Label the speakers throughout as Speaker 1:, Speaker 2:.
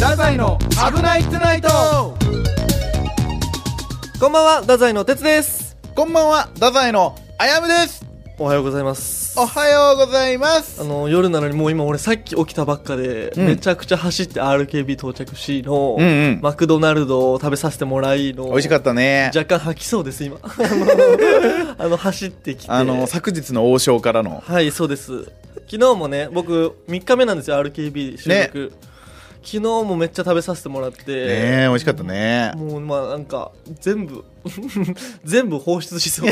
Speaker 1: 太宰の危ないトゥナイト
Speaker 2: こんばんは、太宰の哲です。
Speaker 1: こんばんは太宰のあやむです
Speaker 2: おはようございます。
Speaker 1: おはようございます
Speaker 2: あの、夜なのにもう今俺さっき起きたばっかで、
Speaker 1: うん
Speaker 2: めちゃくちゃ走って RKB 到着しの、
Speaker 1: うんうん
Speaker 2: マクドナルドを食べさせてもらいの、
Speaker 1: 美味しかったね
Speaker 2: 若干吐きそうです、 今。あの、あの走ってきて。
Speaker 1: あの昨日の王将からの
Speaker 2: はい、そうです。昨日もね、僕、3日目なんですよ、RKB 収録。昨日もめっちゃ食べさせてもらって。
Speaker 1: ねえ美味しかったね
Speaker 2: もうまあなんか全部 全部放出しそう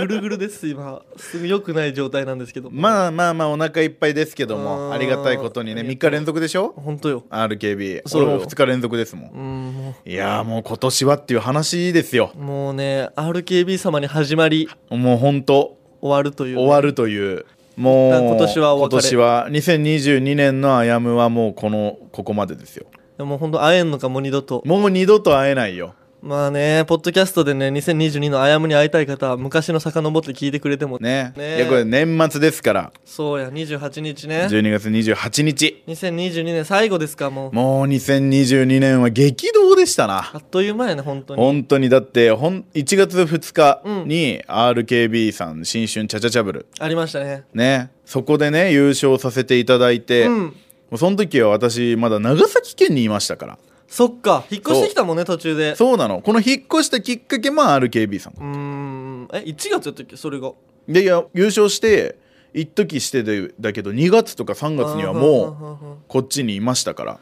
Speaker 2: ぐるぐるです今すぐ良くない状態なんですけどあ
Speaker 1: まあまあまあお腹いっぱいですけど
Speaker 2: う
Speaker 1: も
Speaker 2: ん
Speaker 1: ありがたいことにね
Speaker 2: ありがと
Speaker 1: 3日
Speaker 2: う
Speaker 1: 連続でしょ
Speaker 2: 本当よ
Speaker 1: RKB
Speaker 2: そう
Speaker 1: 俺
Speaker 2: よ
Speaker 1: も2日連続ですもん
Speaker 2: うんも
Speaker 1: いやーもう今年はっていう話ですよ
Speaker 2: うもうね RKB 様に始まり
Speaker 1: もう本当
Speaker 2: 終わるという
Speaker 1: 終わるというもう
Speaker 2: 一旦今年はお別れ
Speaker 1: 今年は2022年のアヤムはもうこのここまでですよ
Speaker 2: でも本当会えんのかもう二度と
Speaker 1: もう二度と会えないよ
Speaker 2: まあねポッドキャストでね2022のあやむに会いたい方は昔の遡って聞いてくれても
Speaker 1: ね
Speaker 2: ね
Speaker 1: いやこれ年末ですから
Speaker 2: そうや28日ね
Speaker 1: 12月28日
Speaker 2: 2022年最後ですかもう
Speaker 1: もう2022年は激動でしたな
Speaker 2: あっという間やね本当に
Speaker 1: 本当にだってほん1月2日
Speaker 2: うん
Speaker 1: に RKB さん新春チャチャチャブル
Speaker 2: ありましたね
Speaker 1: ねそこでね優勝させていただいて、
Speaker 2: う
Speaker 1: も
Speaker 2: ん
Speaker 1: うその時は私まだ長崎県にいましたから
Speaker 2: そっか引っ越してきたもんね途中で
Speaker 1: そうなのこの引っ越したきっかけも RKB さん
Speaker 2: うーんえ1月やったっけそれが
Speaker 1: でいや優勝して一時してでだけど2月とか3月にはもう
Speaker 2: う
Speaker 1: こっちにいましたから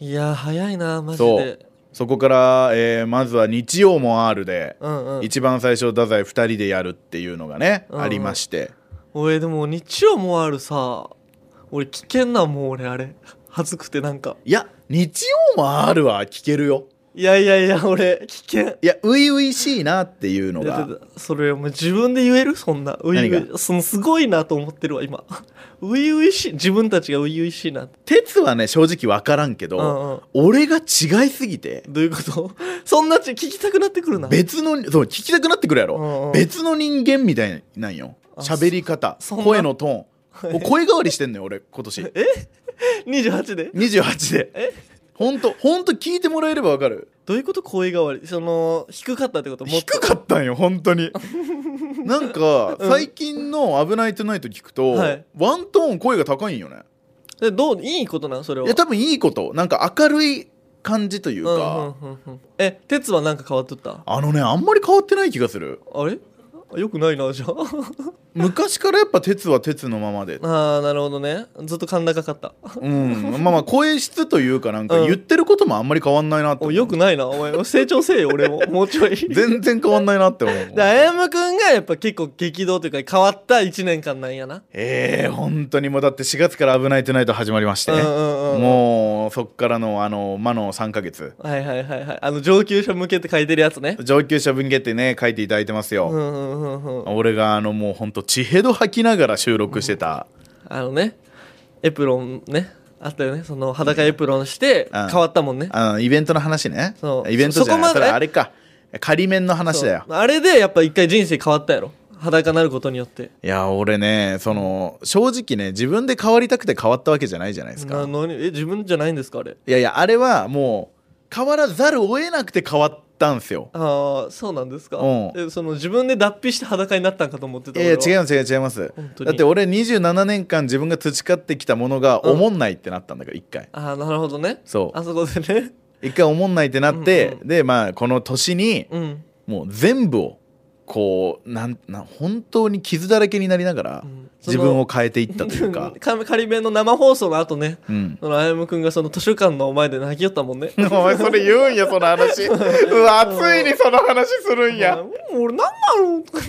Speaker 2: いやー早いなマジ
Speaker 1: そ
Speaker 2: で
Speaker 1: うそこから、えーまずは日曜も R で、
Speaker 2: うんうん
Speaker 1: 一番最初太宰2人でやるっていうのがね、
Speaker 2: うんうん
Speaker 1: ありまして
Speaker 2: 俺でも日曜もあるさ俺危険なもう俺あれ恥ずくてなんか
Speaker 1: いや日曜も R は聞けるよ
Speaker 2: いやいやいや俺危険
Speaker 1: いや初々しいなっていうの
Speaker 2: いや
Speaker 1: が
Speaker 2: ちょっとそれお前自分で言えるそんなういう
Speaker 1: 何
Speaker 2: いそのすごいなと思ってるわ今ういういしい自分たちがういういしいなって
Speaker 1: 鉄はね正直分からんけ
Speaker 2: う
Speaker 1: ど、
Speaker 2: んうん
Speaker 1: 俺が違いすぎて
Speaker 2: どういうこと そんなち聞きたくなってくるな
Speaker 1: 別のそう聞きたくなってくるやろ、
Speaker 2: うんうん
Speaker 1: 別の人間みたいなんよ
Speaker 2: あ
Speaker 1: 喋り方
Speaker 2: そそんな
Speaker 1: 声のトーンもう声変わりしてんのよ俺今年
Speaker 2: 28で
Speaker 1: 28
Speaker 2: え
Speaker 1: で本当本当聞いてもらえればわかる
Speaker 2: どういうこと声変わりその低かったってこともっと
Speaker 1: 低かったんよ本当 になんか
Speaker 2: うん
Speaker 1: 最近の「危ないトゥナイト」聞くと、
Speaker 2: はい
Speaker 1: ワントーン声が高いんよね
Speaker 2: えどういいことなんそれはい
Speaker 1: や多分いいことなんか明るい感じというか、
Speaker 2: うんうんうんうんえ鉄はなんか変わっとった
Speaker 1: あのねあんまり変わってない気がする
Speaker 2: あれあよくないなじゃあ
Speaker 1: 昔からやっぱ鉄は鉄のままで
Speaker 2: あーなるほどねずっと甲高かった
Speaker 1: うんまあまあ声質というかなんか
Speaker 2: うん
Speaker 1: 言ってることもあんまり変わんないなって思
Speaker 2: お
Speaker 1: う
Speaker 2: よくないなお前成長せえよ俺 ももうちょい
Speaker 1: 全然変わんないなって思う
Speaker 2: であやむくんがやっぱ結構激動というか変わった1年間なんやな
Speaker 1: ええ本当にもうだって4月から「危ないトゥナイト」始まりましてね、
Speaker 2: うんうんうん
Speaker 1: もうそっからのあの魔の3ヶ月
Speaker 2: はいはいはいはいあの上級者向けって書いてるやつね
Speaker 1: 上級者文芸ってね書いていただいてます
Speaker 2: うん
Speaker 1: よ、
Speaker 2: うんうんうん
Speaker 1: 俺があのもうほんと血へど吐きながら収録してた、
Speaker 2: あのねエプロンねあったよねその裸エプロンして
Speaker 1: うん
Speaker 2: 変わったもんね
Speaker 1: あのイベントの話ね
Speaker 2: そう
Speaker 1: イベントじゃない
Speaker 2: そ
Speaker 1: そ
Speaker 2: こまで
Speaker 1: れあれか仮面の話だよ
Speaker 2: そうあれでやっぱ一回人生変わったやろ裸になることによって
Speaker 1: いや俺ねその正直ね自分で変わりたくて変わったわけじゃないじゃないです
Speaker 2: な
Speaker 1: か
Speaker 2: のにえ自分じゃないんですかあれ
Speaker 1: いやいやあれはもう変わらざるを得なくて変わったんすよ
Speaker 2: ああそうなんですか、
Speaker 1: うん
Speaker 2: えその自分で脱皮して裸になったんかと思って
Speaker 1: い
Speaker 2: た
Speaker 1: やいや違
Speaker 2: う
Speaker 1: います違います違います
Speaker 2: 本当に
Speaker 1: だって俺27年間自分が培ってきたものがおもんないってなったんだから一回
Speaker 2: ああなるほどね
Speaker 1: そう
Speaker 2: あそこでね
Speaker 1: 一回おもんないってなって、
Speaker 2: うんう
Speaker 1: でまあこの年に
Speaker 2: うん、
Speaker 1: もう全部をこうなんなん本当に傷だらけになりながら
Speaker 2: ん、
Speaker 1: 自分を変えていったというか
Speaker 2: か仮弁の生放送の後ね
Speaker 1: うん、
Speaker 2: そのあやむくんがその図書館の前で泣きよったもん ね
Speaker 1: お前それ言うんやその 話うわついにその話するん
Speaker 2: あ
Speaker 1: や
Speaker 2: もう俺なんなのとかね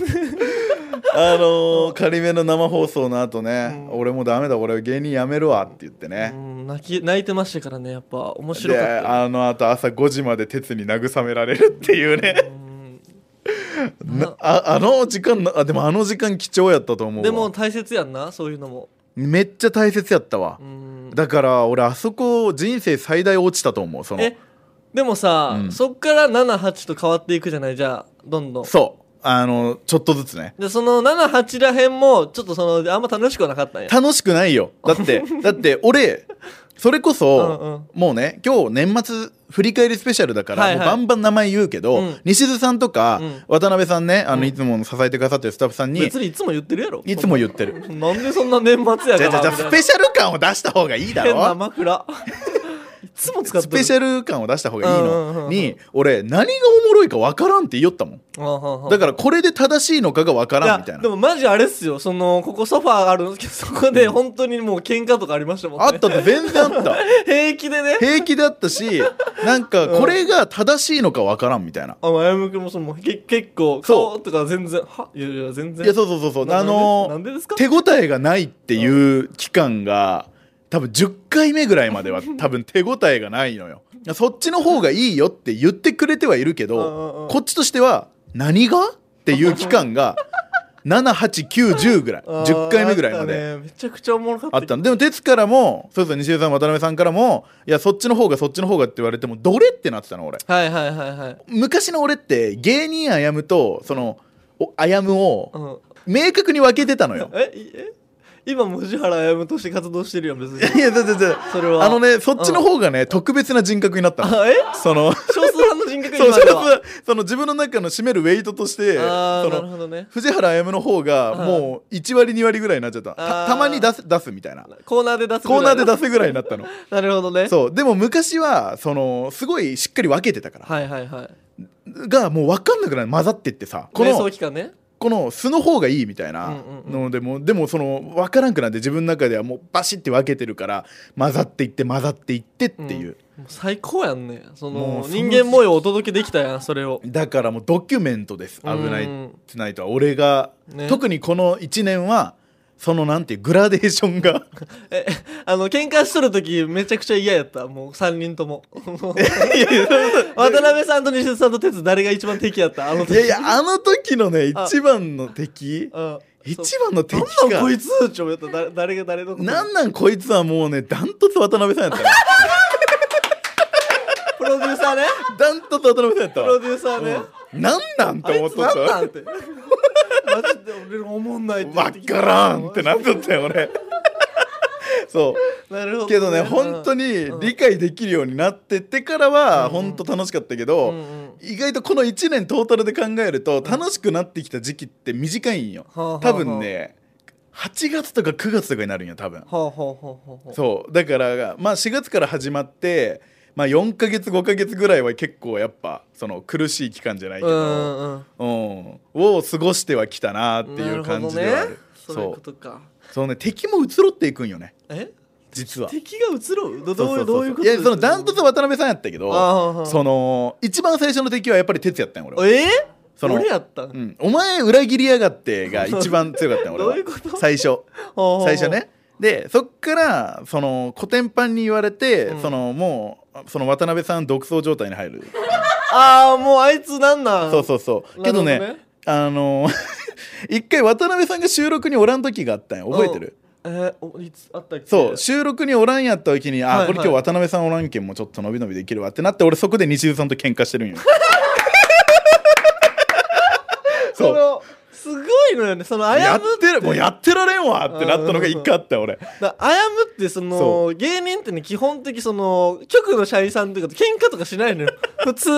Speaker 1: あのー、仮めの生放送の後ね、
Speaker 2: うん
Speaker 1: 俺もうダメだ俺芸人やめるわって言ってね、
Speaker 2: うん泣き泣いてましたからねやっぱ面白
Speaker 1: で
Speaker 2: かったよ
Speaker 1: あのあと朝5時まで鉄に慰められるっていうね
Speaker 2: うん
Speaker 1: なああの時間なあでもあの時間貴重やったと思うわ
Speaker 2: でも大切やんなそういうのも
Speaker 1: めっちゃ大切やったわ
Speaker 2: う、ん
Speaker 1: だから俺あそこ人生最大落ちたと思うその
Speaker 2: えでもさ、
Speaker 1: うん
Speaker 2: そっから78と変わっていくじゃないじゃあどんどん
Speaker 1: そうあのちょっとずつね
Speaker 2: でその78らへんもちょっとそのあんま楽しくはなかったんや
Speaker 1: 楽しくないよだってだって俺それこそ、
Speaker 2: うんうん
Speaker 1: もうね今日年末振り返りスペシャルだから、
Speaker 2: はいはい
Speaker 1: もうバンバン名前言うけど、
Speaker 2: うん
Speaker 1: 西津さんとか、
Speaker 2: うん
Speaker 1: 渡辺さんねあの、
Speaker 2: うん
Speaker 1: いつも支えてくださってるスタッフさんに
Speaker 2: 別にいつも言ってるやろ
Speaker 1: いつも言ってる。
Speaker 2: なんでそんな年末や
Speaker 1: じ
Speaker 2: か
Speaker 1: ゃあじゃあじゃ
Speaker 2: ら
Speaker 1: あ
Speaker 2: みたい
Speaker 1: ス
Speaker 2: な
Speaker 1: ペシャル感を出した方がいいだ
Speaker 2: 変な
Speaker 1: ろ
Speaker 2: 枕いつも使って
Speaker 1: スペシ
Speaker 2: ャ
Speaker 1: ャル感を出した方がいい
Speaker 2: うんうんうんう
Speaker 1: の
Speaker 2: ん
Speaker 1: に俺何がおもろいかわからんって言おったもん
Speaker 2: ル
Speaker 1: だからこれで正しいのかがわからんみたい
Speaker 2: で
Speaker 1: な
Speaker 2: もマジあれっすよそのここソファーあるんですけどそこで本当にもう喧嘩とかありましたもんね
Speaker 1: あったって全然あった
Speaker 2: 平気でね
Speaker 1: 平気だったしなんかこれが正しいのかわからんみたいな
Speaker 2: あやむくんもそのけ結構
Speaker 1: そう
Speaker 2: 顔とか全然はいやいや全然
Speaker 1: いやそうそうそうそう
Speaker 2: な
Speaker 1: あ
Speaker 2: なんでな
Speaker 1: の
Speaker 2: んでですか
Speaker 1: 手応えがないっていう期間が多分10回目ぐらいまで は多分手応えがないのよそっちの方がいいよって言ってくれてはいるけ
Speaker 2: うんうんう
Speaker 1: ど
Speaker 2: ん
Speaker 1: こっちとしては何がっていう期間 が78910ぐらい
Speaker 2: あー
Speaker 1: 10回目ぐらいまで
Speaker 2: あったねめちゃくちゃおもろかった
Speaker 1: あったのでも哲からもそうそう西江さん渡辺さんからもいやそっちの方がそっちの方がって言われてもどれってなってたの俺
Speaker 2: はいはいはいはい
Speaker 1: 昔の俺って芸人あやむとそのおあやむを
Speaker 2: うん
Speaker 1: 明確に分けてた のよ
Speaker 2: えいえ今藤原あやむとして活動してるや ん別に
Speaker 1: いやだだだ
Speaker 2: それは
Speaker 1: あのねそっちの方がね、特別な人格になったの
Speaker 2: あえ
Speaker 1: その
Speaker 2: 少数派の人格
Speaker 1: そう
Speaker 2: 今
Speaker 1: そ
Speaker 2: で
Speaker 1: う
Speaker 2: は
Speaker 1: その自分の中の占めるウェイトとしてそ
Speaker 2: ああなる
Speaker 1: の
Speaker 2: ほどね
Speaker 1: 藤原歩の方が
Speaker 2: うん
Speaker 1: もう1割2割ぐらいになっちゃったた
Speaker 2: あー
Speaker 1: たまに出す出すみたいな
Speaker 2: コーナーで出す
Speaker 1: コーナーで
Speaker 2: 出
Speaker 1: 出すぐらいになったの
Speaker 2: なるほどね
Speaker 1: そうでも昔はそのすごいしっかり分けてたから
Speaker 2: はいはいはい
Speaker 1: がもう分かんなくなる混ざってってさこ
Speaker 2: 瞑
Speaker 1: の
Speaker 2: 想期間ね
Speaker 1: この素の方がいいみたいな
Speaker 2: うんうんうん
Speaker 1: のでもうでもその分からんくなって自分の中ではもうバシッて分けてるから混ざっていって混ざっていってっていう、
Speaker 2: もう最高やんねそ
Speaker 1: も
Speaker 2: の
Speaker 1: うその
Speaker 2: 人間模様をお届けできたやんそれを
Speaker 1: だからもうドキュメントです「危ない
Speaker 2: うん
Speaker 1: トゥナイト」は俺が、
Speaker 2: ね
Speaker 1: 特にこの1年はそのなんていうグラデーション が
Speaker 2: えあの喧嘩しとる時めちゃくちゃ嫌やったもう3 人とも渡辺さんと西田さんと哲誰が一番敵やったあの
Speaker 1: い
Speaker 2: 時
Speaker 1: やいやあの時のね
Speaker 2: あ
Speaker 1: 一番の敵
Speaker 2: うん
Speaker 1: 一番の敵
Speaker 2: そうなんなん
Speaker 1: が
Speaker 2: こいつって思った誰誰が誰のこと
Speaker 1: なんなんこいつはもうねダントツ渡辺さんや ったね
Speaker 2: プロデューサーね
Speaker 1: ダントツ渡辺さんやった
Speaker 2: プ
Speaker 1: わ
Speaker 2: ロデューサーね
Speaker 1: うんなんなん
Speaker 2: あ
Speaker 1: て思
Speaker 2: い
Speaker 1: っ
Speaker 2: つ
Speaker 1: と
Speaker 2: な
Speaker 1: っ
Speaker 2: んな
Speaker 1: た
Speaker 2: んってマジで俺も思んないって言って
Speaker 1: 分
Speaker 2: きた
Speaker 1: からんってなっとったよ俺そう
Speaker 2: なるほど
Speaker 1: けどね本当
Speaker 2: に
Speaker 1: に
Speaker 2: ん
Speaker 1: 理解できるようになってってからは
Speaker 2: うん
Speaker 1: 本当楽しかったけど、
Speaker 2: うんうん
Speaker 1: 意外とこの1年トータルで考えると楽しくなってきた時期って短いんよ、
Speaker 2: はあはあはあ
Speaker 1: 多分ね8月とか9月とかになるんよ多分、
Speaker 2: ほうほうほうほうほう
Speaker 1: そうだからまあ4月から始まって、まあ、4ヶ月5ヶ月ぐらいは結構やっぱその苦しい期間じゃないけど、
Speaker 2: んうん
Speaker 1: うん、を過ごしてはきたなっていう感じではある
Speaker 2: なる
Speaker 1: そ
Speaker 2: ほどね、そういうこ
Speaker 1: う
Speaker 2: とか
Speaker 1: そのね敵も移ろっていくんよね
Speaker 2: え
Speaker 1: 実は。
Speaker 2: 敵が移ろうど
Speaker 1: そうそ
Speaker 2: どういう
Speaker 1: そう
Speaker 2: うどういうこと
Speaker 1: いやそのダントツ渡辺さんやったけ
Speaker 2: あ
Speaker 1: ど
Speaker 2: あ
Speaker 1: その一番最初の敵はやっぱり哲也やったんよ俺は
Speaker 2: えー、
Speaker 1: その
Speaker 2: 俺やったん、
Speaker 1: うん、お前裏切りやがってが一番強かったよ俺は
Speaker 2: どういうこと
Speaker 1: 最初
Speaker 2: ほうほうほう
Speaker 1: 最初ねでそっからそのコテンパンに言われて、
Speaker 2: うん
Speaker 1: そのもうその渡辺さん独走状態に入る
Speaker 2: ああもうあいつなんなん
Speaker 1: そうそうそうけどね
Speaker 2: なるほどね
Speaker 1: あの 一回渡辺さんが収録におらん時があったんよ覚えてる
Speaker 2: うんえー、おいつあったっけ
Speaker 1: そう収録におらんやった時にあ、
Speaker 2: はいはい
Speaker 1: これ今日渡辺さんおらんけんもうちょっと伸び伸びできるわってなって俺そこで西津さんと喧嘩してるん よ
Speaker 2: そ
Speaker 1: そう
Speaker 2: のすごいのよねそのあ
Speaker 1: や
Speaker 2: や
Speaker 1: っ
Speaker 2: む
Speaker 1: てるもうやってられんわってなったのが一回あったよ俺
Speaker 2: だあやむってその
Speaker 1: そ
Speaker 2: 芸人ってね基本的その局の社員さんというか喧嘩とかしな いのよ普通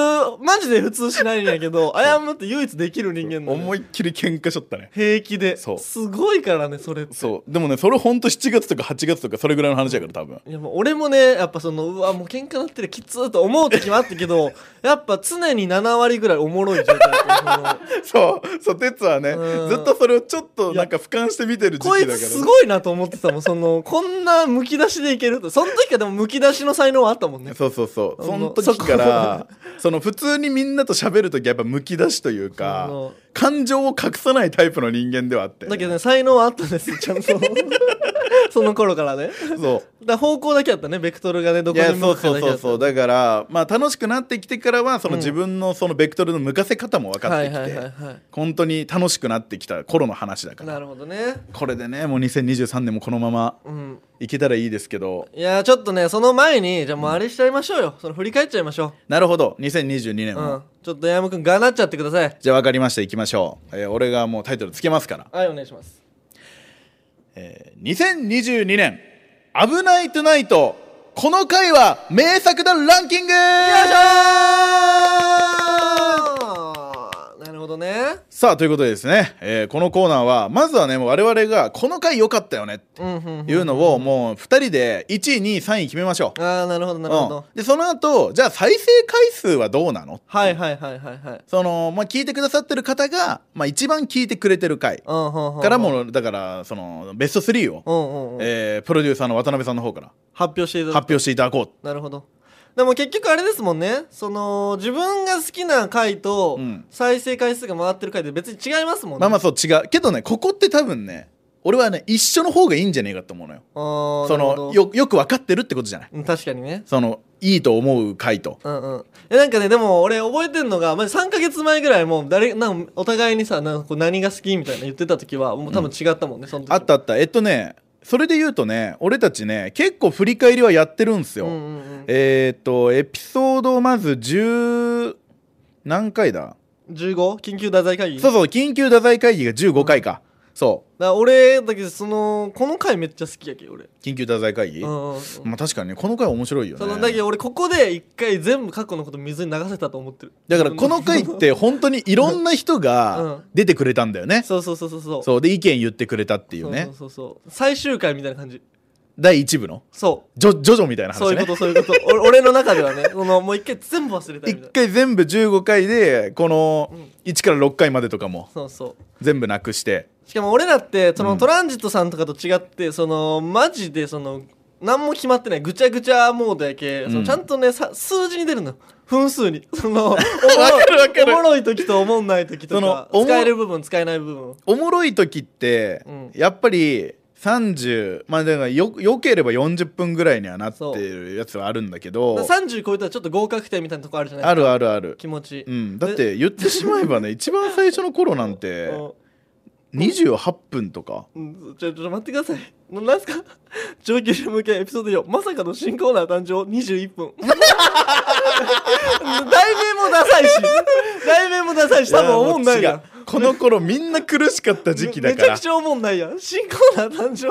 Speaker 2: マジで普通しないんやけどあやむって唯一できる人間なのよ
Speaker 1: 思いっきり喧嘩しちゃったね
Speaker 2: 平気で
Speaker 1: そう
Speaker 2: すごいからねそれって
Speaker 1: そうでもねそれほんと7月とか8月とかそれぐらいの話やから多分
Speaker 2: いやもう俺もねやっぱそのうわもう喧嘩なってるきつーと思う時もあったけど やっぱ常に7割ぐらいおもろい状 態だったそ
Speaker 1: そ
Speaker 2: の
Speaker 1: うそう哲はね
Speaker 2: うん
Speaker 1: ずっとそれをちょっとなんか俯瞰して見てる時期
Speaker 2: こ
Speaker 1: だ
Speaker 2: い
Speaker 1: から
Speaker 2: つすごいなと思ってたもんそのこんなむき出しでいけるとその時はでもむき出しの才能はあったもんね
Speaker 1: そうそうそうそ
Speaker 2: あ
Speaker 1: の
Speaker 2: の
Speaker 1: 時からその普通にみんなと喋る時やっぱむき出しという
Speaker 2: そ
Speaker 1: か
Speaker 2: の
Speaker 1: 感情を隠さないタイプの人間ではあって
Speaker 2: だけどね才能はあったんですちゃんと その頃からね
Speaker 1: そう
Speaker 2: だから方向だけやったねベクトルがねど
Speaker 1: い
Speaker 2: こに
Speaker 1: やそ
Speaker 2: 向
Speaker 1: う
Speaker 2: くか
Speaker 1: そう
Speaker 2: だけ
Speaker 1: そ
Speaker 2: や
Speaker 1: う
Speaker 2: った
Speaker 1: そうだからまあ楽しくなってきてからはその
Speaker 2: うん
Speaker 1: 自分のそのベクトルの向かせ方も分かっ
Speaker 2: は
Speaker 1: て
Speaker 2: い
Speaker 1: き
Speaker 2: はいはい
Speaker 1: て
Speaker 2: は
Speaker 1: 本当に楽しくなってきた頃の話だか
Speaker 2: い
Speaker 1: ら
Speaker 2: なるほどね
Speaker 1: これでねもう2023年もこのまま
Speaker 2: うん
Speaker 1: いけたらいいですけど
Speaker 2: いやーちょっとねその前にじゃあもうあれしちゃいましょうよその振り返っちゃいましょ
Speaker 1: なるほど2022年
Speaker 2: うう
Speaker 1: も、
Speaker 2: んちょっと山くんがなっちゃってください
Speaker 1: じゃあ分かりましたいきましょう、えー俺がもうタイトルつけますから、
Speaker 2: はいお願いします
Speaker 1: えー2022年「危ないトゥナイト」この回は名作だランキング
Speaker 2: あーなるほどね
Speaker 1: さあということでですね、えーこのコーナーはまずはねもう我々がこの回良かったよねって
Speaker 2: うんうん、うん、
Speaker 1: いうのをもう2人で1位2位3位決めましょう。
Speaker 2: ああなるほどなるほど、
Speaker 1: うん、でその後じゃあ再生回数はどうなの
Speaker 2: はいはいはいはいはい
Speaker 1: その、まあ、聞いてくださってる方が、まあ、一番聞いてくれてる回
Speaker 2: うんうんうん
Speaker 1: からもうだからそのベスト3を、
Speaker 2: うんうんうん
Speaker 1: えープロデューサーの渡辺さんの方から
Speaker 2: 発表していただく
Speaker 1: 発表していただこ
Speaker 2: なるほどでも結局あれですもんねその自分が好きな回と
Speaker 1: うん
Speaker 2: 再生回数が回ってる回で別に違いますも
Speaker 1: う、
Speaker 2: んね、
Speaker 1: まあまあそう違うけどねここって多分ね俺はね一緒の方がいいんじゃねえかと思うのよ
Speaker 2: あー
Speaker 1: そ
Speaker 2: なるほ
Speaker 1: の
Speaker 2: ど
Speaker 1: よよく分かってるってことじゃない
Speaker 2: うん確かにね
Speaker 1: そのいいと思う回と
Speaker 2: うんうん、えなんかねでも俺覚えてんのが、まあ、3か月前ぐらいもう誰なんかお互いにさなんかこう何が好きみたいな言ってた時はもう多分違ったもんね、その時
Speaker 1: あったあったえっとねそれで言うとね俺たちね結構振り返りはやってるんすよ、
Speaker 2: うんうんうん、
Speaker 1: えーっとエピソードまず10何回だ
Speaker 2: 15? 緊急太宰会議
Speaker 1: そうそう緊急太宰会議が15回か、そ
Speaker 2: だから俺だけどそのこの回めっちゃ好きやけ俺
Speaker 1: う緊急太宰会議、
Speaker 2: うんうんうん
Speaker 1: まあ確かにねこの回面白いよね
Speaker 2: そのだけど俺ここで一回全部過去のこと水に流せたと思ってる
Speaker 1: だからこの回って本当にいろんな人
Speaker 2: う
Speaker 1: が
Speaker 2: ん
Speaker 1: 出てくれたんだよね、
Speaker 2: そうそうそうそうそう
Speaker 1: そうで意見言ってくれたっていうね
Speaker 2: そうそうそう最終回みたいな感じ
Speaker 1: 第1部の
Speaker 2: そ
Speaker 1: ジョジョジョみたいな
Speaker 2: うそう
Speaker 1: 話
Speaker 2: いうこ
Speaker 1: ね
Speaker 2: とそういうことお 俺の中ではねそのもう一回全部忘れたいみ
Speaker 1: 一
Speaker 2: たいな
Speaker 1: 回全部15回でこの
Speaker 2: ん
Speaker 1: 1から6回までとかも
Speaker 2: そうそう
Speaker 1: 全部なくして
Speaker 2: しかも俺らってその、
Speaker 1: うん
Speaker 2: トランジットさんとかと違ってそのマジでその何も決まってないぐちゃぐちゃモードやけ、その
Speaker 1: うん
Speaker 2: ちゃんとねさ数字に出るの分数に そのおもろい
Speaker 1: わかる
Speaker 2: おもろい時と思んない時と
Speaker 1: そ
Speaker 2: か
Speaker 1: のおも
Speaker 2: 使える部分使えない部分
Speaker 1: おもろい時って
Speaker 2: うん
Speaker 1: やっぱり30まあだからよよければ40分ぐらいにはなってるやつはあるんだけど
Speaker 2: 30超えたらちょっと合格点みたいなとこあるじゃない
Speaker 1: あるあるある
Speaker 2: 気持ち、
Speaker 1: うん、だって言ってしまえば ね一番最初の頃なんて
Speaker 2: うん
Speaker 1: 28分とか
Speaker 2: うんちょ、ちょ、待ってください。ななんすか 上級者向けエピソード4、まさかの新コーナー誕生21分。 題名もダサいし、題名もダサいし、多分おもんない
Speaker 1: いや
Speaker 2: や
Speaker 1: も
Speaker 2: ん
Speaker 1: う。違うこの頃みんな苦しかった時期だか
Speaker 2: めめちゃ
Speaker 1: ら
Speaker 2: くちゃおもんないやん。新コーナー誕生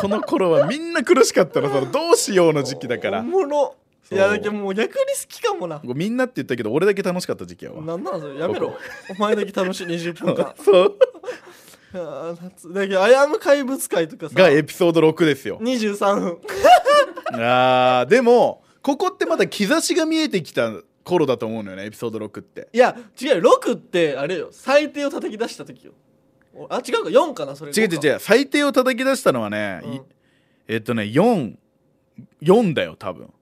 Speaker 1: この頃はみんな苦しかったらそのどうしようの時期だか
Speaker 2: お
Speaker 1: ら
Speaker 2: もろ。
Speaker 1: そ
Speaker 2: いうや、だけどもう逆に好きかもな。
Speaker 1: みんなって言ったけど俺だけ楽しかった時期やわ。
Speaker 2: なんなのそれやめろ。お前だけ楽しい20分間
Speaker 1: そう
Speaker 2: いやー夏だけど、あやむ怪物会とかさ、
Speaker 1: がエピソード6ですよ
Speaker 2: 23分。
Speaker 1: あーでもここってまだ兆しが見えてきた頃だと思うのよねエピソード6って
Speaker 2: いや違うよ6ってあれよ最低を叩き出した時よおあ違うか4かなそれ
Speaker 1: 違う違う違
Speaker 2: う
Speaker 1: う最低を叩き出したのはね、い
Speaker 2: ん
Speaker 1: えっとね44だよ多分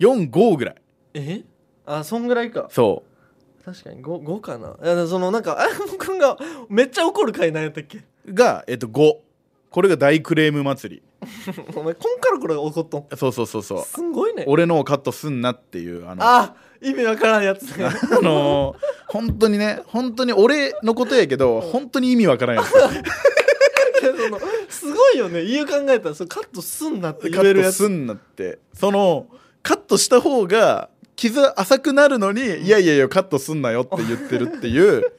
Speaker 1: 45ぐらい
Speaker 2: えあそんぐらいか
Speaker 1: そ
Speaker 2: 確かに 5, 5かないやそのなんかあやむくんがめっちゃ怒る回なんやったっけ
Speaker 1: うが、えっと、5これが大クレーム祭
Speaker 2: お前こんからこれ怒っとん
Speaker 1: りそうそうそうそう
Speaker 2: すんごいね
Speaker 1: 俺のをカットすんなっていうあの
Speaker 2: あ意味わからんやつ ね
Speaker 1: あのー本当にね本当に俺のことやけど本当に意味わからんやつ
Speaker 2: そのすごいよね理由考えたらそれカットすんなって
Speaker 1: カ
Speaker 2: 言える
Speaker 1: ット
Speaker 2: やつ
Speaker 1: すんなってそのカットした方が傷浅くなるのにいやいやいやカットすんなよって言ってるっていう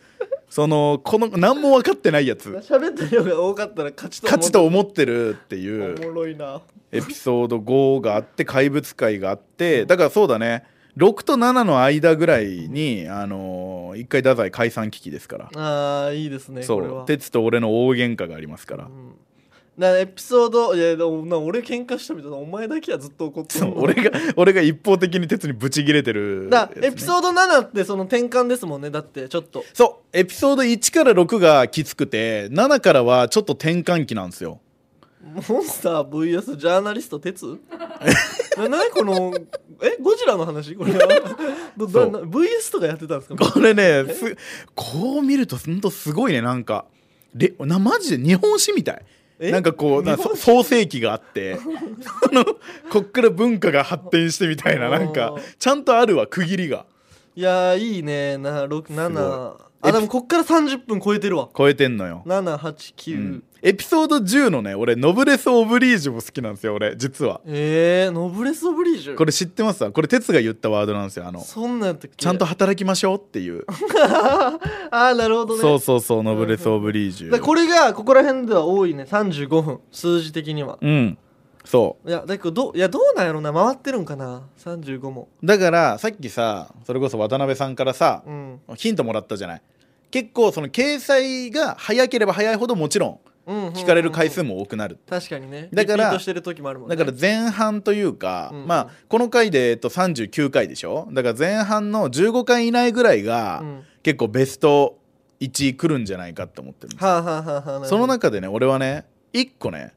Speaker 1: そのこの何も分かってないやつ
Speaker 2: 喋った量が多かったら勝ちと思
Speaker 1: 価値と思ってるっていう
Speaker 2: おもろいな
Speaker 1: エピソード5があって怪物会があってだからそうだね6と7の間ぐらいに、あのー一回太宰解散危機ですから、
Speaker 2: あーいいですねこれ
Speaker 1: そう
Speaker 2: は
Speaker 1: 鉄と俺の大喧嘩がありますから、
Speaker 2: うんなエピソードいやでもな俺喧嘩したみたいなお前だけはずっと怒って
Speaker 1: そ
Speaker 2: る
Speaker 1: う俺が俺が一方的に鉄にブチギレてる
Speaker 2: だ
Speaker 1: やつね
Speaker 2: エピソード7ってその転換ですもんねだってちょっと
Speaker 1: そうエピソード1から6がきつくて7からはちょっと転換期なんですよ
Speaker 2: モンスター VS ジャーナリスト 鉄ななこのえゴジラの話これは どど
Speaker 1: そう
Speaker 2: な VS とかやってたんですか
Speaker 1: これねすこう見るとほんとすごいねなんかれなマジで日本史みたい
Speaker 2: え
Speaker 1: なんかこう
Speaker 2: 日
Speaker 1: なそ
Speaker 2: 本
Speaker 1: 創世紀があってそのこっから文化が発展してみたいななんか
Speaker 2: あー
Speaker 1: ちゃんとあるわ区切りが
Speaker 2: いやーいいねな67あ
Speaker 1: エピ
Speaker 2: でもこっから30分超えてるわ
Speaker 1: 超えてんのよ、
Speaker 2: 789、
Speaker 1: うんエピソード10のね俺ノブレス・オブリージュも好きなんですよ俺実は
Speaker 2: えー、ノブレス・オブリージュ
Speaker 1: これ知ってますこれ哲が言ったワードなんですよあの
Speaker 2: そんなんやったっけ
Speaker 1: ちゃんと働きましょうっていう
Speaker 2: ああなるほどね
Speaker 1: そうそうそうノブレス・オブリージ
Speaker 2: だから
Speaker 1: ュ
Speaker 2: これがここら辺では多いね35分数字的には
Speaker 1: うんそ
Speaker 2: いやだけどどういやどうなんやろな回ってるんかな35も
Speaker 1: うだからさっきさそれこそ渡辺さんからさ
Speaker 2: うん
Speaker 1: ヒントもらったじゃない結構その掲載が早ければ早いほどもちろん聞かれる回数
Speaker 2: も
Speaker 1: も多くなる
Speaker 2: 確かにね
Speaker 1: だから
Speaker 2: リピートしてる時もあるもんね
Speaker 1: だから前半というか、
Speaker 2: うん
Speaker 1: まあこの回で、えっと、39回でしょだから前半の15回以内ぐらいが、
Speaker 2: うん
Speaker 1: 結構ベスト1来るんじゃないかって思ってる
Speaker 2: はあ、はあはあはあなるほど、
Speaker 1: その中でね俺はね1個ね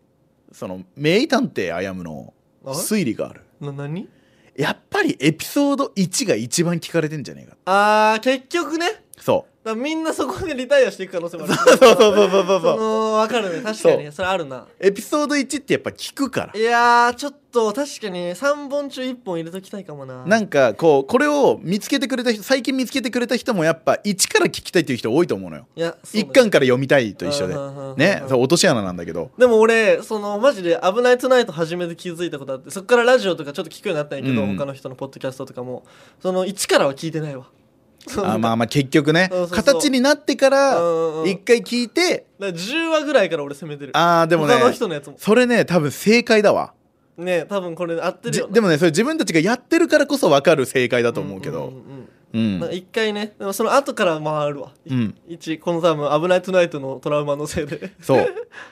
Speaker 1: その名探偵あやむの
Speaker 2: あ
Speaker 1: 推理がある
Speaker 2: な何
Speaker 1: やっぱりエピソード1が一番聞かれてんじゃねえか
Speaker 2: あー結局ねだか
Speaker 1: そ
Speaker 2: らみんなそこでリタイアしていく可能性もある
Speaker 1: う そうそうそうそうそう
Speaker 2: そ
Speaker 1: そう
Speaker 2: の分かるね確かにそれあるな
Speaker 1: エピソード1ってやっぱ聞くから
Speaker 2: いやーちょっと確かに3本中1本入れときたいかもな
Speaker 1: なんんかこうこれを見つけてくれた人最近見つけてくれた人もやっぱ1から聞きたいっていう人多いと思うのよ
Speaker 2: いやそう
Speaker 1: 一
Speaker 2: だね
Speaker 1: 巻から読みたいと一緒で
Speaker 2: うんうんうんうん
Speaker 1: ねそう落とし穴なんだけど
Speaker 2: でも俺そのマジで「危ないトゥナイト」初めて気づいたことあってそっからラジオとかちょっと聞くようになったんやけど、
Speaker 1: うん
Speaker 2: 他の人のポッドキャストとかもその一からは聞いてないわその
Speaker 1: あまあまあ結局ね
Speaker 2: そうそうそう
Speaker 1: 形になってから
Speaker 2: うんうん
Speaker 1: 一回聞いて
Speaker 2: だから10話ぐらいから俺攻めてる
Speaker 1: ああでもね
Speaker 2: 他の人のやつも
Speaker 1: それね多分正解だわ
Speaker 2: ね多分これ合ってる
Speaker 1: じ
Speaker 2: よな
Speaker 1: でもねそれ自分たちがやってるからこそ分かる正解だと思うけ
Speaker 2: ん
Speaker 1: ど
Speaker 2: んうん
Speaker 1: う
Speaker 2: うん
Speaker 1: ん
Speaker 2: なんか一回ねでもその後から回るわ、い
Speaker 1: うん
Speaker 2: 一この多分「危ないトゥナイト」のトラウマのせいで
Speaker 1: そう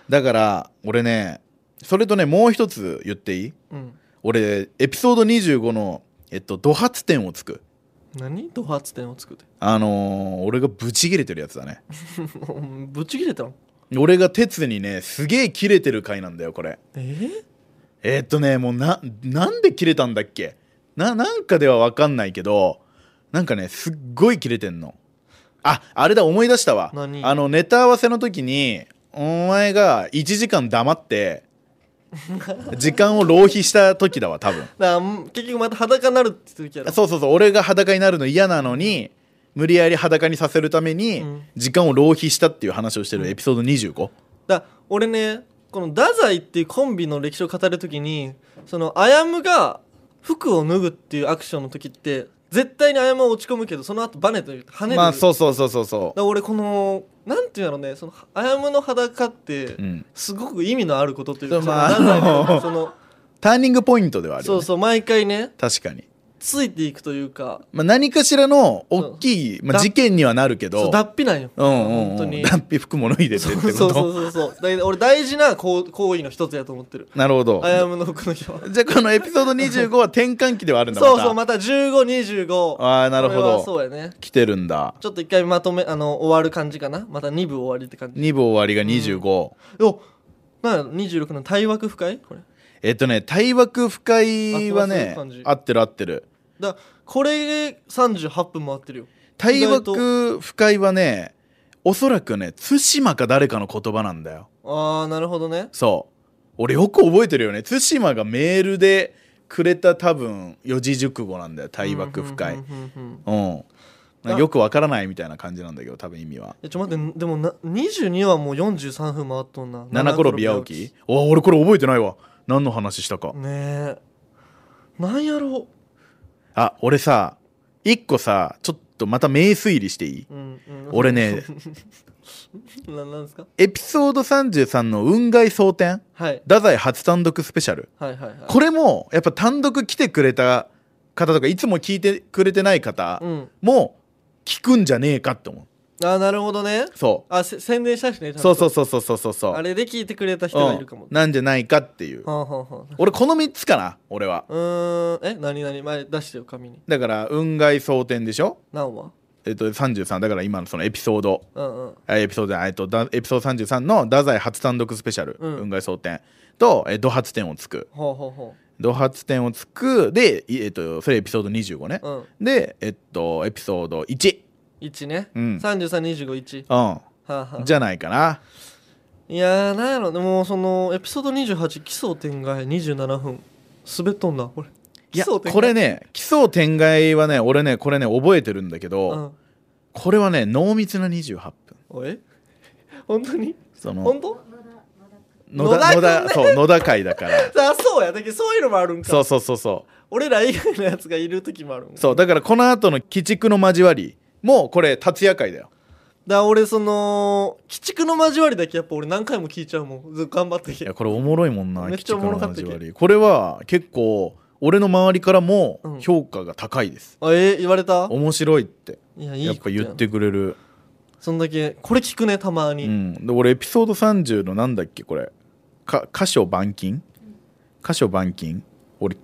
Speaker 1: だから俺ねそれとねもう一つ言っていい
Speaker 2: うん
Speaker 1: 俺エピソード25のえっと「ド発点をつく」
Speaker 2: 何ドハツ点を作って
Speaker 1: あのー俺がブチ切れてるやつだね
Speaker 2: ぶっちぎれたの
Speaker 1: 俺が鉄にねすげえ切れてる回なんだよこれ
Speaker 2: え
Speaker 1: えーっとねもうななんで切れたんだっけななんかでは分かんないけどなんかねすっごい切れてんのああれだ思い出したわ
Speaker 2: 何
Speaker 1: あのネタ合わせの時にお前が1時間黙って時間を浪費した時だわ多分
Speaker 2: だから結局また裸になるって言ってるやろ
Speaker 1: そうそうそう俺が裸になるの嫌なのに無理やり裸にさせるために
Speaker 2: うん
Speaker 1: 時間を浪費したっていう話をしてるエピソード 25?
Speaker 2: だ俺ねこの太宰っていうコンビの歴史を語るときにそのアヤムが服を脱ぐっていうアクションの時って絶対にアヤムは落ち込むけどその後バネという跳ねる、
Speaker 1: まあ
Speaker 2: う
Speaker 1: そうそうそうそうそ
Speaker 2: だ俺このなんていうんだろうねそのアヤムの裸って
Speaker 1: う、うん、
Speaker 2: すごく意味のあることという
Speaker 1: そ
Speaker 2: か
Speaker 1: う
Speaker 2: その
Speaker 1: まああ
Speaker 2: 太宰
Speaker 1: の
Speaker 2: のその
Speaker 1: ターニングポイントではあるよ、
Speaker 2: そ
Speaker 1: ね、
Speaker 2: うそう毎回ね
Speaker 1: 確かに
Speaker 2: ついていくというか
Speaker 1: まあ、何かしらの大きい、まあ、
Speaker 2: だ
Speaker 1: 事件にはなるけ
Speaker 2: そう
Speaker 1: ど
Speaker 2: 脱皮なんよ、
Speaker 1: うんうん
Speaker 2: 本
Speaker 1: う
Speaker 2: 当
Speaker 1: ん
Speaker 2: に
Speaker 1: 脱皮服も脱いでってって
Speaker 2: そう
Speaker 1: こと
Speaker 2: そうそうそうだから俺大事な行行為の一つやと思ってる
Speaker 1: なるほど
Speaker 2: アヤムの服の日は
Speaker 1: じゃあこのエピソード25は転換期ではあるんだ
Speaker 2: そうそう
Speaker 1: ま
Speaker 2: また1525
Speaker 1: たああなるほ
Speaker 2: これはそ
Speaker 1: ど
Speaker 2: うやね
Speaker 1: 来てるんだ
Speaker 2: ちょっと一回まとめあの終わる感じかなまた2部終わりって感じ
Speaker 1: 2部終わりが25、
Speaker 2: おなんや26の対枠深いこれ
Speaker 1: えっとね対枠不快は
Speaker 2: あそうい
Speaker 1: ね
Speaker 2: う感じ
Speaker 1: 合ってる合ってる
Speaker 2: だこれで38分回ってるよ
Speaker 1: 対枠不快はねおそらくね対馬か誰かの言葉なんだよ
Speaker 2: ああなるほどね
Speaker 1: そう俺よく覚えてるよね対馬がメールでくれた多分四字熟語なんだよ対枠不快
Speaker 2: うんうんうんうん
Speaker 1: うん、
Speaker 2: あ
Speaker 1: よくわからないみたいな感じなんだけど多分意味は
Speaker 2: えちょっと待ってでもな22はもう43分回っとんな
Speaker 1: 七転び八起きお俺これ覚えてないわ何の話したか
Speaker 2: ねえなんやろ
Speaker 1: あ俺さ一個さちょっとまた名推理していい、
Speaker 2: う、うんうん、
Speaker 1: 俺ね
Speaker 2: ななんですか
Speaker 1: エピソード33の「雲外蒼天
Speaker 2: はい」
Speaker 1: 太宰初単独スペシャル
Speaker 2: はいはいはい
Speaker 1: これもやっぱ単独来てくれた方とかいつも聞いてくれてない方
Speaker 2: うん
Speaker 1: も聞くんじゃねえかって思う
Speaker 2: あーなるほどね
Speaker 1: そ
Speaker 2: あせ宣伝したしねちゃ
Speaker 1: うん
Speaker 2: と
Speaker 1: そうそうそうそうそうそうそう
Speaker 2: あれで聞いてくれた人がいるかも、
Speaker 1: うんなんじゃないかっていう
Speaker 2: はあはあはあ
Speaker 1: 俺この3つかな俺は
Speaker 2: うーんえ何何前出してよ紙に
Speaker 1: だから雲外蒼天でしょ
Speaker 2: 何話
Speaker 1: えっと33だから今のそのエピソード
Speaker 2: うんうん
Speaker 1: あエピソードじゃないえっとだエピソード33の太宰初単独スペシャル「
Speaker 2: うん
Speaker 1: 雲外蒼天」と「えド発点をつく
Speaker 2: ほうほうほ」
Speaker 1: ド発点をつくで、いえっと、それエピソード25ね
Speaker 2: う、うん
Speaker 1: でえっとエピソード1、
Speaker 2: 1ね、
Speaker 1: うん
Speaker 2: 3325
Speaker 1: う
Speaker 2: はあはあ
Speaker 1: ん、じゃないかない
Speaker 2: やーなんやろでもそのエピソード28奇想天外27分滑っとんなこれ
Speaker 1: いやこれね奇想天外はね俺ねこれね覚えてるんだけど、
Speaker 2: うん
Speaker 1: これはね濃密な28分
Speaker 2: おい本当に
Speaker 1: その
Speaker 2: 本当
Speaker 1: 野田野
Speaker 2: 野田
Speaker 1: 田
Speaker 2: 君ね
Speaker 1: そう野田会だから
Speaker 2: あそうやだけど そういうのもあるんか
Speaker 1: そうそうそうそう
Speaker 2: 俺ら以外のやつがいる時もあるんか
Speaker 1: そうだからこの後の鬼畜の交わりもこれ達也会だよ
Speaker 2: だ俺その鬼畜の交わりだけやっぱ俺何回も聞いちゃうもんずっと頑張った
Speaker 1: い
Speaker 2: け
Speaker 1: やこれおもろいもんな
Speaker 2: めっちゃおもろかったっけ
Speaker 1: 鬼畜の交わりこれは結構俺の周りからも
Speaker 2: うん
Speaker 1: 評価が高いです、
Speaker 2: あえー言われた
Speaker 1: 面白いって
Speaker 2: いやいい
Speaker 1: やっぱ言っ
Speaker 2: ことや
Speaker 1: てくれる
Speaker 2: そんだけこれ聞くねたまに、
Speaker 1: うん、で俺エピソード30のなんだっけこれか箇所板金箇所板金俺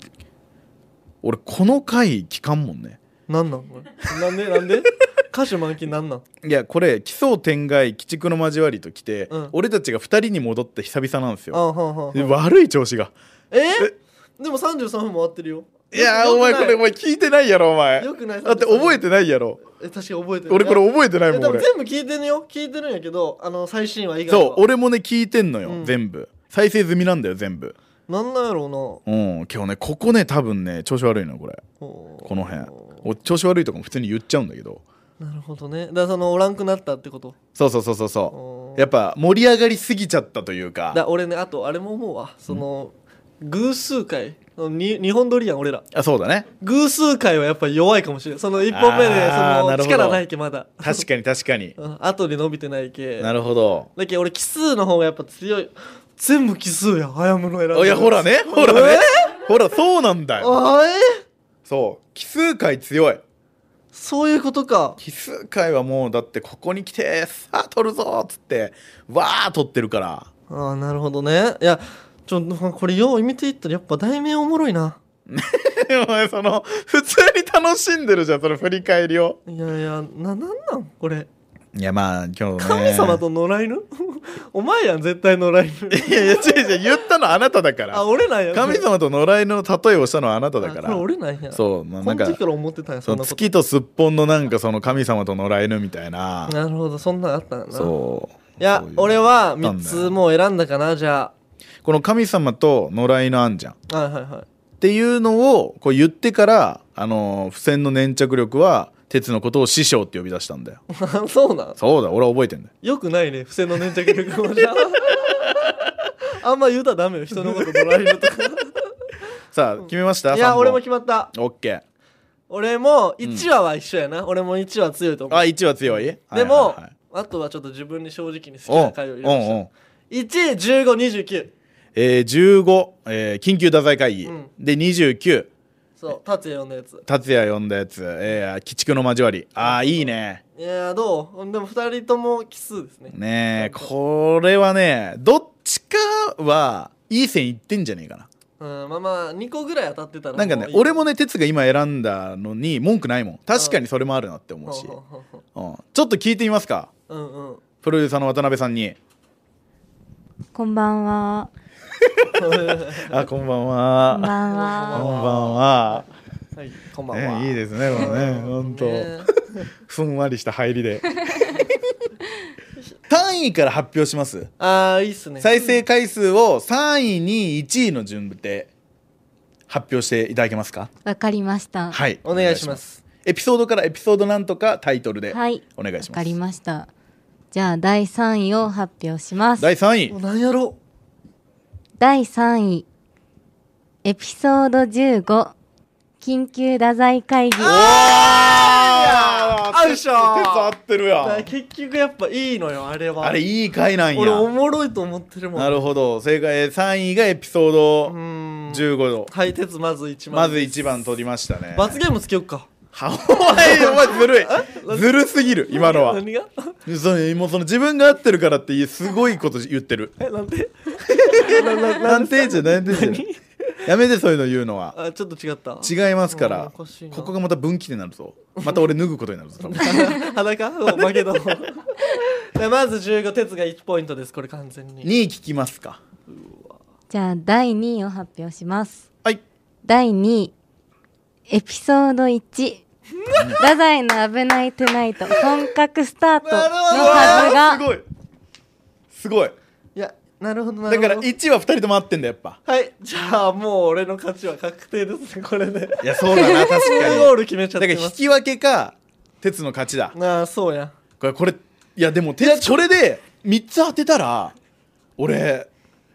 Speaker 1: 俺この回聞かんもんね
Speaker 2: なんなんこれなん でなんで歌手満金なんなん
Speaker 1: いやこれ奇想天外鬼畜の交わりときて、
Speaker 2: うん
Speaker 1: 俺たちが2人に戻って久々なんです
Speaker 2: あ
Speaker 1: よ
Speaker 2: はんはんはん
Speaker 1: で悪い調子が
Speaker 2: えでも33分回ってるよ
Speaker 1: いやー
Speaker 2: よ
Speaker 1: お
Speaker 2: くない
Speaker 1: 前これお前聞いてないやろお前だ
Speaker 2: よくない
Speaker 1: って覚えてないやろ
Speaker 2: え確かに覚えてる
Speaker 1: 俺こ
Speaker 2: い
Speaker 1: れ覚えてない
Speaker 2: や
Speaker 1: もん
Speaker 2: いや多分
Speaker 1: 俺
Speaker 2: 全部聞いてるよ聞いてるんやけどあの最新話以外
Speaker 1: そう
Speaker 2: は
Speaker 1: 俺もね聞いてんのよ、
Speaker 2: うん
Speaker 1: 全部再生済みなんだよ全部
Speaker 2: なんなんやろう
Speaker 1: うん今日ねここね多分ね調子悪いのよこれ
Speaker 2: なこ
Speaker 1: この辺お調子悪いとかも普通に言っちゃうんだけど
Speaker 2: なるほどねだからそのおらんくなったってこと
Speaker 1: そうそうそうそうそ
Speaker 2: お
Speaker 1: うやっぱ盛り上がりすぎちゃったというか
Speaker 2: だ俺ねあとあれも思うわその偶数回に日本撮りやん俺ら
Speaker 1: あそうだね
Speaker 2: 偶数回はやっぱ弱いかもしれんその1本目で
Speaker 1: あー
Speaker 2: そ
Speaker 1: なるほ
Speaker 2: の
Speaker 1: ど
Speaker 2: 力ないけまだ
Speaker 1: 確かに確か に
Speaker 2: うん後で伸びてないけ
Speaker 1: なるほど
Speaker 2: だけど俺奇数の方がやっぱ強い全部奇数やあやむの選んだ
Speaker 1: いやほらねほらねほらそうなんだよ
Speaker 2: あえ
Speaker 1: そう奇数回強い
Speaker 2: そういうことか
Speaker 1: 奇数回はもうだってここに来てさあ取るぞっつってわー取ってるから
Speaker 2: ああなるほどねいやちょこれよう見ていったらやっぱ題名おもろいな
Speaker 1: お前その普通に楽しんでるじゃんその振り返りを
Speaker 2: いやいやななんなんこれ
Speaker 1: いやまあ今日ね
Speaker 2: 神様と野良犬 お前やん絶対野良犬
Speaker 1: いやいや違う違う言ったのあなただから
Speaker 2: あ俺なんや
Speaker 1: 神様と野良犬の例えをしたのはあなただか
Speaker 2: あ
Speaker 1: ら
Speaker 2: これ俺なんやう
Speaker 1: そうな
Speaker 2: こ
Speaker 1: なん
Speaker 2: の
Speaker 1: か
Speaker 2: 時から思ってたんやそ
Speaker 1: そ
Speaker 2: ん
Speaker 1: の
Speaker 2: なこと
Speaker 1: 月とすっぽんのなんかその神様と野良犬みたいな
Speaker 2: なるほどそんなんあったんやな
Speaker 1: そう
Speaker 2: いや
Speaker 1: そうう
Speaker 2: 俺は
Speaker 1: なんだ
Speaker 2: 3
Speaker 1: よ
Speaker 2: つもう選んだかなじゃ
Speaker 1: この神様と野良犬あんじゃんっ
Speaker 2: あはいはいはい
Speaker 1: ていうのをこう言ってからあのー付箋の粘着力は鉄のことを師匠って呼び出したんだよ
Speaker 2: そうなん
Speaker 1: そうだ俺は覚えてんだよ
Speaker 2: よくないね不正の粘着力もじゃ あんま言うたらダメよ人のことドライブとか
Speaker 1: さあ決めました
Speaker 2: いや俺も
Speaker 1: 決
Speaker 2: 決まった
Speaker 1: めオッケー
Speaker 2: 俺も1話は一緒やな、俺も1話強いと思
Speaker 1: あ
Speaker 2: う
Speaker 1: 1は強いで
Speaker 2: でも、あとはちょっと自分に正直に好きな回を入れました11529
Speaker 1: えー、15、えー緊急太宰会議、
Speaker 2: うん
Speaker 1: で29
Speaker 2: そう達也呼んだやつ
Speaker 1: 達也呼んだやつ、えー、鬼畜の交わりあーいいね
Speaker 2: いやーどうでも2人とも奇数ですね
Speaker 1: ねえこれはねどっちかはいい線いってんじゃねえかな
Speaker 2: うんまあまあ2個ぐらい当たってたら
Speaker 1: なんかね
Speaker 2: もういい
Speaker 1: 俺もね哲が今選んだのに文句ないもん確かにそれもあるなって思うし、うん、ち
Speaker 2: ほんほん
Speaker 1: ょっと聞いてみますか
Speaker 2: ほんうんうん
Speaker 1: プロデューサーの渡辺さんに
Speaker 3: こんばんは。
Speaker 1: 「あこんばん
Speaker 3: こん
Speaker 1: は
Speaker 3: ばん
Speaker 1: こん
Speaker 3: は。
Speaker 1: ばんは
Speaker 2: はいこん」ばんは、
Speaker 1: ね、いいですねこのね本当、
Speaker 2: ね
Speaker 1: ふんわりした入りで単位から発表します
Speaker 2: ああいいっすね
Speaker 1: 再生回数を3位に1位の順で発表していただけますか
Speaker 3: わかりました。は
Speaker 1: はい
Speaker 2: お願いします
Speaker 1: エピソードからエピソードなんとかタイトルで
Speaker 3: い。
Speaker 1: お願い
Speaker 3: わ
Speaker 1: しま
Speaker 3: か
Speaker 1: す、
Speaker 3: りました。じゃあ第三位を発表します。
Speaker 1: 第3位
Speaker 2: なんやろ
Speaker 3: 第三位エピソード十五緊急太宰会議。
Speaker 1: あ
Speaker 2: ー合うっしょー
Speaker 1: 鉄合ってるや
Speaker 2: だから
Speaker 1: ん
Speaker 2: 結局やっぱいいのよあれは
Speaker 1: あれいい回なん
Speaker 2: 俺お
Speaker 1: や
Speaker 2: もろいと思ってるもん
Speaker 1: なるほど正解3位がエピソード
Speaker 2: うーん
Speaker 1: 15度、
Speaker 2: はい鉄まず1番
Speaker 1: まず1番取りましたね
Speaker 2: 罰ゲームつけよっか
Speaker 1: はお前お前ずるいずるすぎる今のは
Speaker 2: 何が
Speaker 1: そのもうその自分が合ってるからってすごいこと言ってる
Speaker 2: えなんで
Speaker 1: なんてじゃないんですよやめてそういうの言うのは
Speaker 2: あちょっと違った
Speaker 1: 違いますか
Speaker 2: うんお
Speaker 1: ら
Speaker 2: かしいな
Speaker 1: ここがまた分岐点になるぞまた俺脱ぐことになる ぞ多分
Speaker 2: 裸そう負け た方でまず15鉄が1ポイントですこれ完全に
Speaker 1: 2位聞きますか
Speaker 3: じゃあ第二位を発表します。
Speaker 1: はい
Speaker 3: 第二位エピソード一太宰の危ないトゥナイト本格スタートの数
Speaker 1: わ
Speaker 3: が
Speaker 1: ーすごいすごい
Speaker 2: いやなるほどな
Speaker 1: だ
Speaker 2: るほ
Speaker 1: か
Speaker 2: ど
Speaker 1: ら1位は2人とも合ってんだやっぱ
Speaker 2: はいじゃあもう俺の勝ちは確定ですねこれで
Speaker 1: いやそうだ な確
Speaker 2: 2ゴール決めちゃ
Speaker 1: だ
Speaker 2: っ
Speaker 1: から
Speaker 2: て
Speaker 1: 引
Speaker 2: ます
Speaker 1: き分けか鉄の勝ちだ
Speaker 2: ああそうや
Speaker 1: これこれいやでも鉄これで3つ当てたら俺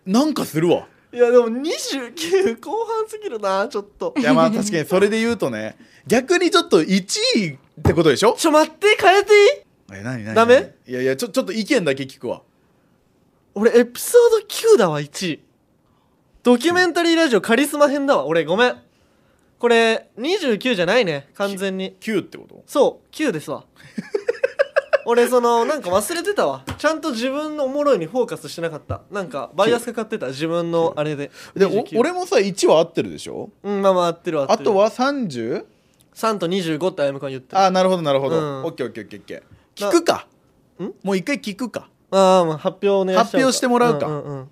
Speaker 1: なんかするわ
Speaker 2: いやでも29後半すぎるなちょっと
Speaker 1: いやまあ確かにそれで言うとね逆にちょっと1位ってことでしょ
Speaker 2: ちょ待って変えていい
Speaker 1: え何何
Speaker 2: ダメ
Speaker 1: 何いやいやちょちょっと意見だけ聞くわ
Speaker 2: 俺エピソード9だわ1位ドキュメンタリーラジオカリスマ編だわ俺ごめんこれ29じゃないね完全に
Speaker 1: 9ってこと
Speaker 2: そう9で すわ俺そのなんか忘れてたわちゃんと自分のおもろいにフォーカスしてなかったなんかバイアスかかってた自分のあれで
Speaker 1: でお
Speaker 2: 29
Speaker 1: 俺もさ1は合ってるでしょ
Speaker 2: うんまあまあ合ってる合って
Speaker 1: あ
Speaker 2: る
Speaker 1: とは 30?
Speaker 2: 3と25ってあやむくん言ってる
Speaker 1: あーなるほどなるほど、
Speaker 2: うん
Speaker 1: オッケーオッケーオッケーオッケー聞くか
Speaker 2: ん
Speaker 1: もう一回聞くか
Speaker 2: ああまあ発表お願いしちゃうか
Speaker 1: 発表してもらうか
Speaker 2: んんん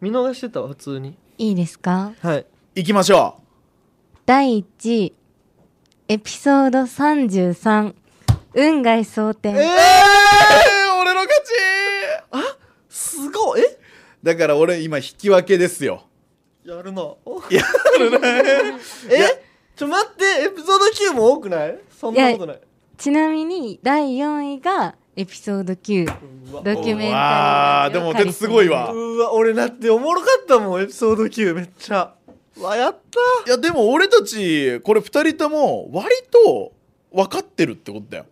Speaker 2: 見逃してたわ普通に
Speaker 3: いいですか
Speaker 2: はい
Speaker 1: 行きましょ
Speaker 3: 第1位エピソード33運外蒼
Speaker 1: う
Speaker 3: 天、
Speaker 1: ええー、俺の勝ち
Speaker 2: すごいえ
Speaker 1: だから俺今引き分けですよ
Speaker 2: やるなお
Speaker 1: いや
Speaker 2: えちょ待ってエピソード9も多くないそんなことない
Speaker 3: ちなみに第4位がエピソード9
Speaker 2: うわ
Speaker 3: ドキュメンタリー
Speaker 1: わー
Speaker 3: ラジ
Speaker 1: で
Speaker 3: オ
Speaker 1: も
Speaker 3: カリ
Speaker 1: す
Speaker 3: スマ
Speaker 1: ごいわ
Speaker 2: うわ俺だっておもろかったもんエピソード9めっちゃうわやっ
Speaker 1: い
Speaker 2: た
Speaker 1: やでも俺たちこれ2人とも割と分かってるってことだよ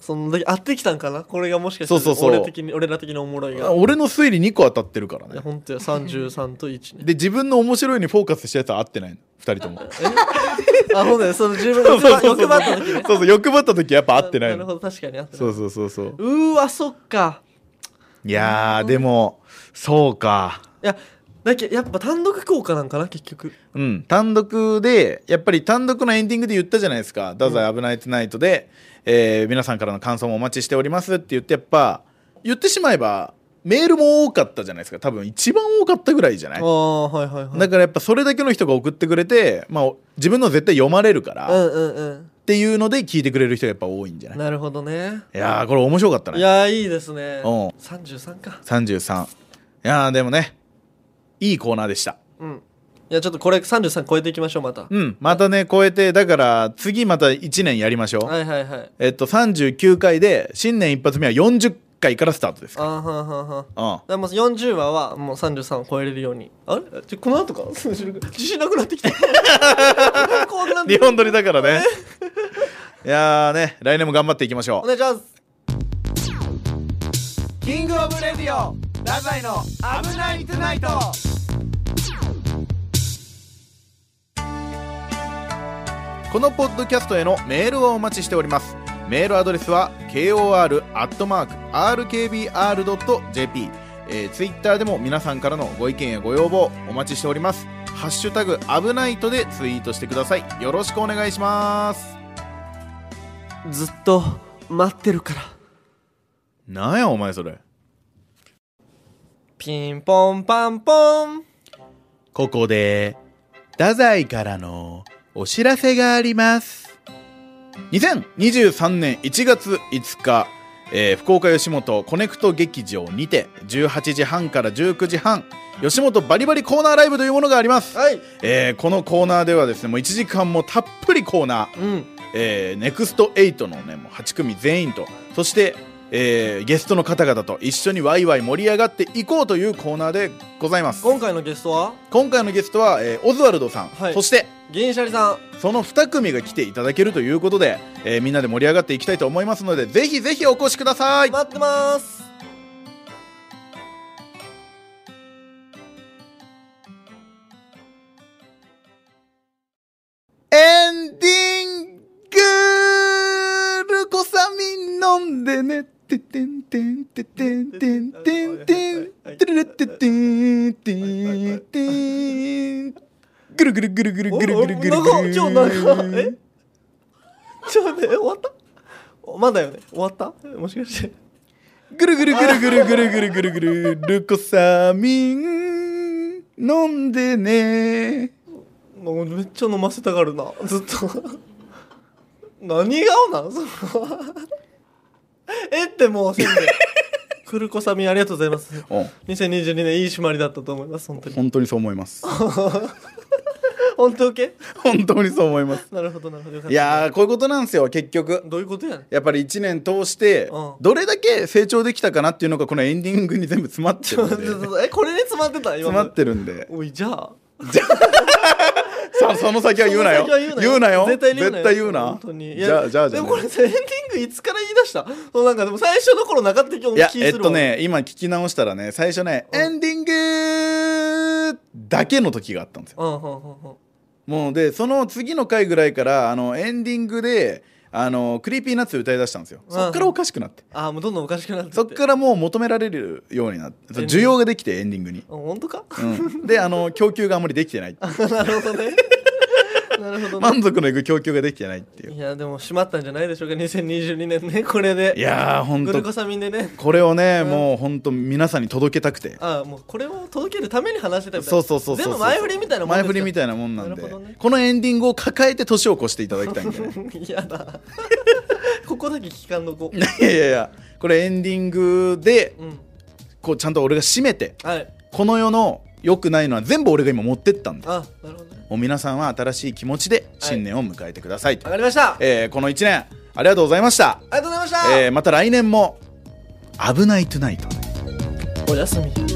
Speaker 2: そのだけ合ってきたんかなこれがもしかしたら
Speaker 1: そうそうそう
Speaker 2: 俺的に俺ら的なおもろいが
Speaker 1: 俺の推理2個当たってるから
Speaker 2: いや
Speaker 1: ね
Speaker 2: 本当や33と1 ね
Speaker 1: で自分の面白いにフォーカスしたやつは合ってないの2人とも
Speaker 2: あほんとやその自分
Speaker 1: そうそう
Speaker 2: が
Speaker 1: そう
Speaker 2: 欲
Speaker 1: そう
Speaker 2: 張った時ね
Speaker 1: そうそう欲張った時やっぱ合ってない
Speaker 2: なる
Speaker 1: の
Speaker 2: ほど確かに合ってない
Speaker 1: そうそうそうそう
Speaker 2: うーわそっか
Speaker 1: いやーでもそうか
Speaker 2: いやだけやっぱ単独効果なんかな結局
Speaker 1: うん単独でやっぱり単独のエンディングで言ったじゃないですか「太宰危ないトゥナイトで」えー皆さんからの感想もお待ちしております」って言ってやっぱ言ってしまえばメールも多かったじゃないですか多分一番多かったぐらいじゃない
Speaker 2: ああはいはいはい
Speaker 1: だからやっぱそれだけの人が送ってくれて、まあ、自分の絶対読まれるから、
Speaker 2: う
Speaker 1: っ
Speaker 2: んうん
Speaker 1: ていうので聞いてくれる人がやっぱ多いんじゃ
Speaker 2: う
Speaker 1: なんい
Speaker 2: なるほどね
Speaker 1: いやーこれ面白かった
Speaker 2: い
Speaker 1: ね
Speaker 2: やーいいですね
Speaker 1: うん
Speaker 2: 33か
Speaker 1: 33いやーでもねいいコーナーでした
Speaker 2: うんいやちょっとこれ33超えていきましょうまたは
Speaker 1: うんまたね超えてだから次また1年やりましょう、
Speaker 2: いはいはい
Speaker 1: えっと39回で新年一発目は40回からスタートです
Speaker 2: あ
Speaker 1: か
Speaker 2: ーはんはんはん
Speaker 1: らうん
Speaker 2: だからもう40話はもう33を超えれるようにあれちょこの後か 自信なくなってきた 怖くなって
Speaker 1: 日
Speaker 2: きた
Speaker 1: 本撮りだからねいやーね来年も頑張っていきましょ
Speaker 2: お
Speaker 1: う
Speaker 2: 願いします
Speaker 1: キングオブレディオラザイの危ないトゥナイトこのポッドキャストへのメールをお待ちしておりますメールアドレスは kor.rkbr.jp えー、ツイッターでも皆さんからのご意見やご要望お待ちしておりますハッシュタグ危ないとでツイートしてくださいよろしくお願いします
Speaker 2: ずっと待ってるから
Speaker 1: なんやお前それ
Speaker 2: ピンポンパンポン
Speaker 1: ここで、太宰からのお知らせがあります。2023年1月5日、えー福岡吉本コネクト劇場にて、18時半から19時半、吉本バリバリコーナーライブというものがあります。
Speaker 2: はい
Speaker 1: えーこのコーナーではですね、もう1時間もたっぷりコーナー、
Speaker 2: うん
Speaker 1: えーネクスト8のね、もう8組全員と、そして、えーゲストの方々と一緒にワイワイ盛り上がっていこうというコーナーでございます。
Speaker 2: 今回のゲストは
Speaker 1: 今回のゲストは、えーオズワルドさん、
Speaker 2: はい
Speaker 1: そして
Speaker 2: 銀シャリさん
Speaker 1: その2組が来ていただけるということで、えーみんなで盛り上がっていきたいと思いますのでぜひぜひお越しください
Speaker 2: 待ってます
Speaker 1: エンディングルコサミン飲んでねててんてんててんてんてんてんてるるっててんてんてんぐるぐるぐるぐるぐるぐるぐる
Speaker 2: おお長今日長いえちょっと待ってえ終わったおまだよね終わったえもしかして
Speaker 1: ぐるぐるぐるぐるぐるぐるぐるぐるルコサミン飲んでね
Speaker 2: もうめっちゃ飲ませたがるなずっと何顔なんそのえってもうせんべいくるこさみありがとうございます
Speaker 1: うん
Speaker 2: 2022年いい締まりだったと思います本当に
Speaker 1: 本当にそう思います
Speaker 2: 本当 OK?
Speaker 1: 本当にそう思います
Speaker 2: なるほどなるほどよかった
Speaker 1: いやーこういうことなんですよ結局
Speaker 2: どういうことやねん
Speaker 1: やっぱり1年通して
Speaker 2: うん
Speaker 1: どれだけ成長できたかなっていうのがこのエンディングに全部詰まってるんで
Speaker 2: えこれで詰まってた今
Speaker 1: 詰まってるんで
Speaker 2: おいじゃあ
Speaker 1: じゃ
Speaker 2: ゃ
Speaker 1: さあその先は言うなよ
Speaker 2: その先は
Speaker 1: 言うなよ
Speaker 2: 絶対言うなよ
Speaker 1: 絶対言うな
Speaker 2: 本当にい
Speaker 1: じゃあ
Speaker 2: や
Speaker 1: じゃあじゃ
Speaker 2: で
Speaker 1: あ
Speaker 2: もこれさエンディングいつから言い出したそうなんかでも最初の頃なかった気も
Speaker 1: いや
Speaker 2: 気する
Speaker 1: えっと
Speaker 2: わ
Speaker 1: ね今聞き直したらね最初ね
Speaker 2: うん
Speaker 1: エンディングだけの時があったんですよ
Speaker 2: うんうんうんうん
Speaker 1: もうでその次の回ぐらいからあのエンディングであのクリーピーナッツ歌いだしたんですよ
Speaker 2: うん
Speaker 1: そっからおかしくなって
Speaker 2: あーもうどんどんおかしくなってって
Speaker 1: そっからもう求められるようになってそう需要ができてエンディングに、
Speaker 2: あ本当か
Speaker 1: うん、であの供給があんまりできてない
Speaker 2: なるほどねなるほどね
Speaker 1: 満足のいく供給ができてないっていう
Speaker 2: いやでも閉まったんじゃないでしょうか2022年ねこれで
Speaker 1: いやーほん
Speaker 2: グルコ
Speaker 1: と
Speaker 2: サミンでね
Speaker 1: これをね、
Speaker 2: うん
Speaker 1: もうほんと皆さんに届けたくて
Speaker 2: あーもうこれを届けるために話してたみたい
Speaker 1: そう
Speaker 2: な
Speaker 1: そうそうそう
Speaker 2: 全部前振りみたいなもん
Speaker 1: 前振りみ
Speaker 2: た
Speaker 1: たいなもんなんで、
Speaker 2: なるほどね
Speaker 1: このエンディングを抱えて年を越していただきたいん でね
Speaker 2: いやだここだけ聞かんのこ
Speaker 1: いやいやいやこれエンディングで
Speaker 2: うん
Speaker 1: こうちゃんと俺が締めて
Speaker 2: はい
Speaker 1: この世の良くないのは全部俺が今持ってったんで
Speaker 2: あなるほどね
Speaker 1: もう皆さんは新しい気持ちで新年を迎えてくださいと、
Speaker 2: わかりましたあり
Speaker 1: えーこの1年ありがとうございました、É.
Speaker 2: がとうございました
Speaker 1: えーまた来年も「危ないトゥナイト」
Speaker 2: おやすみ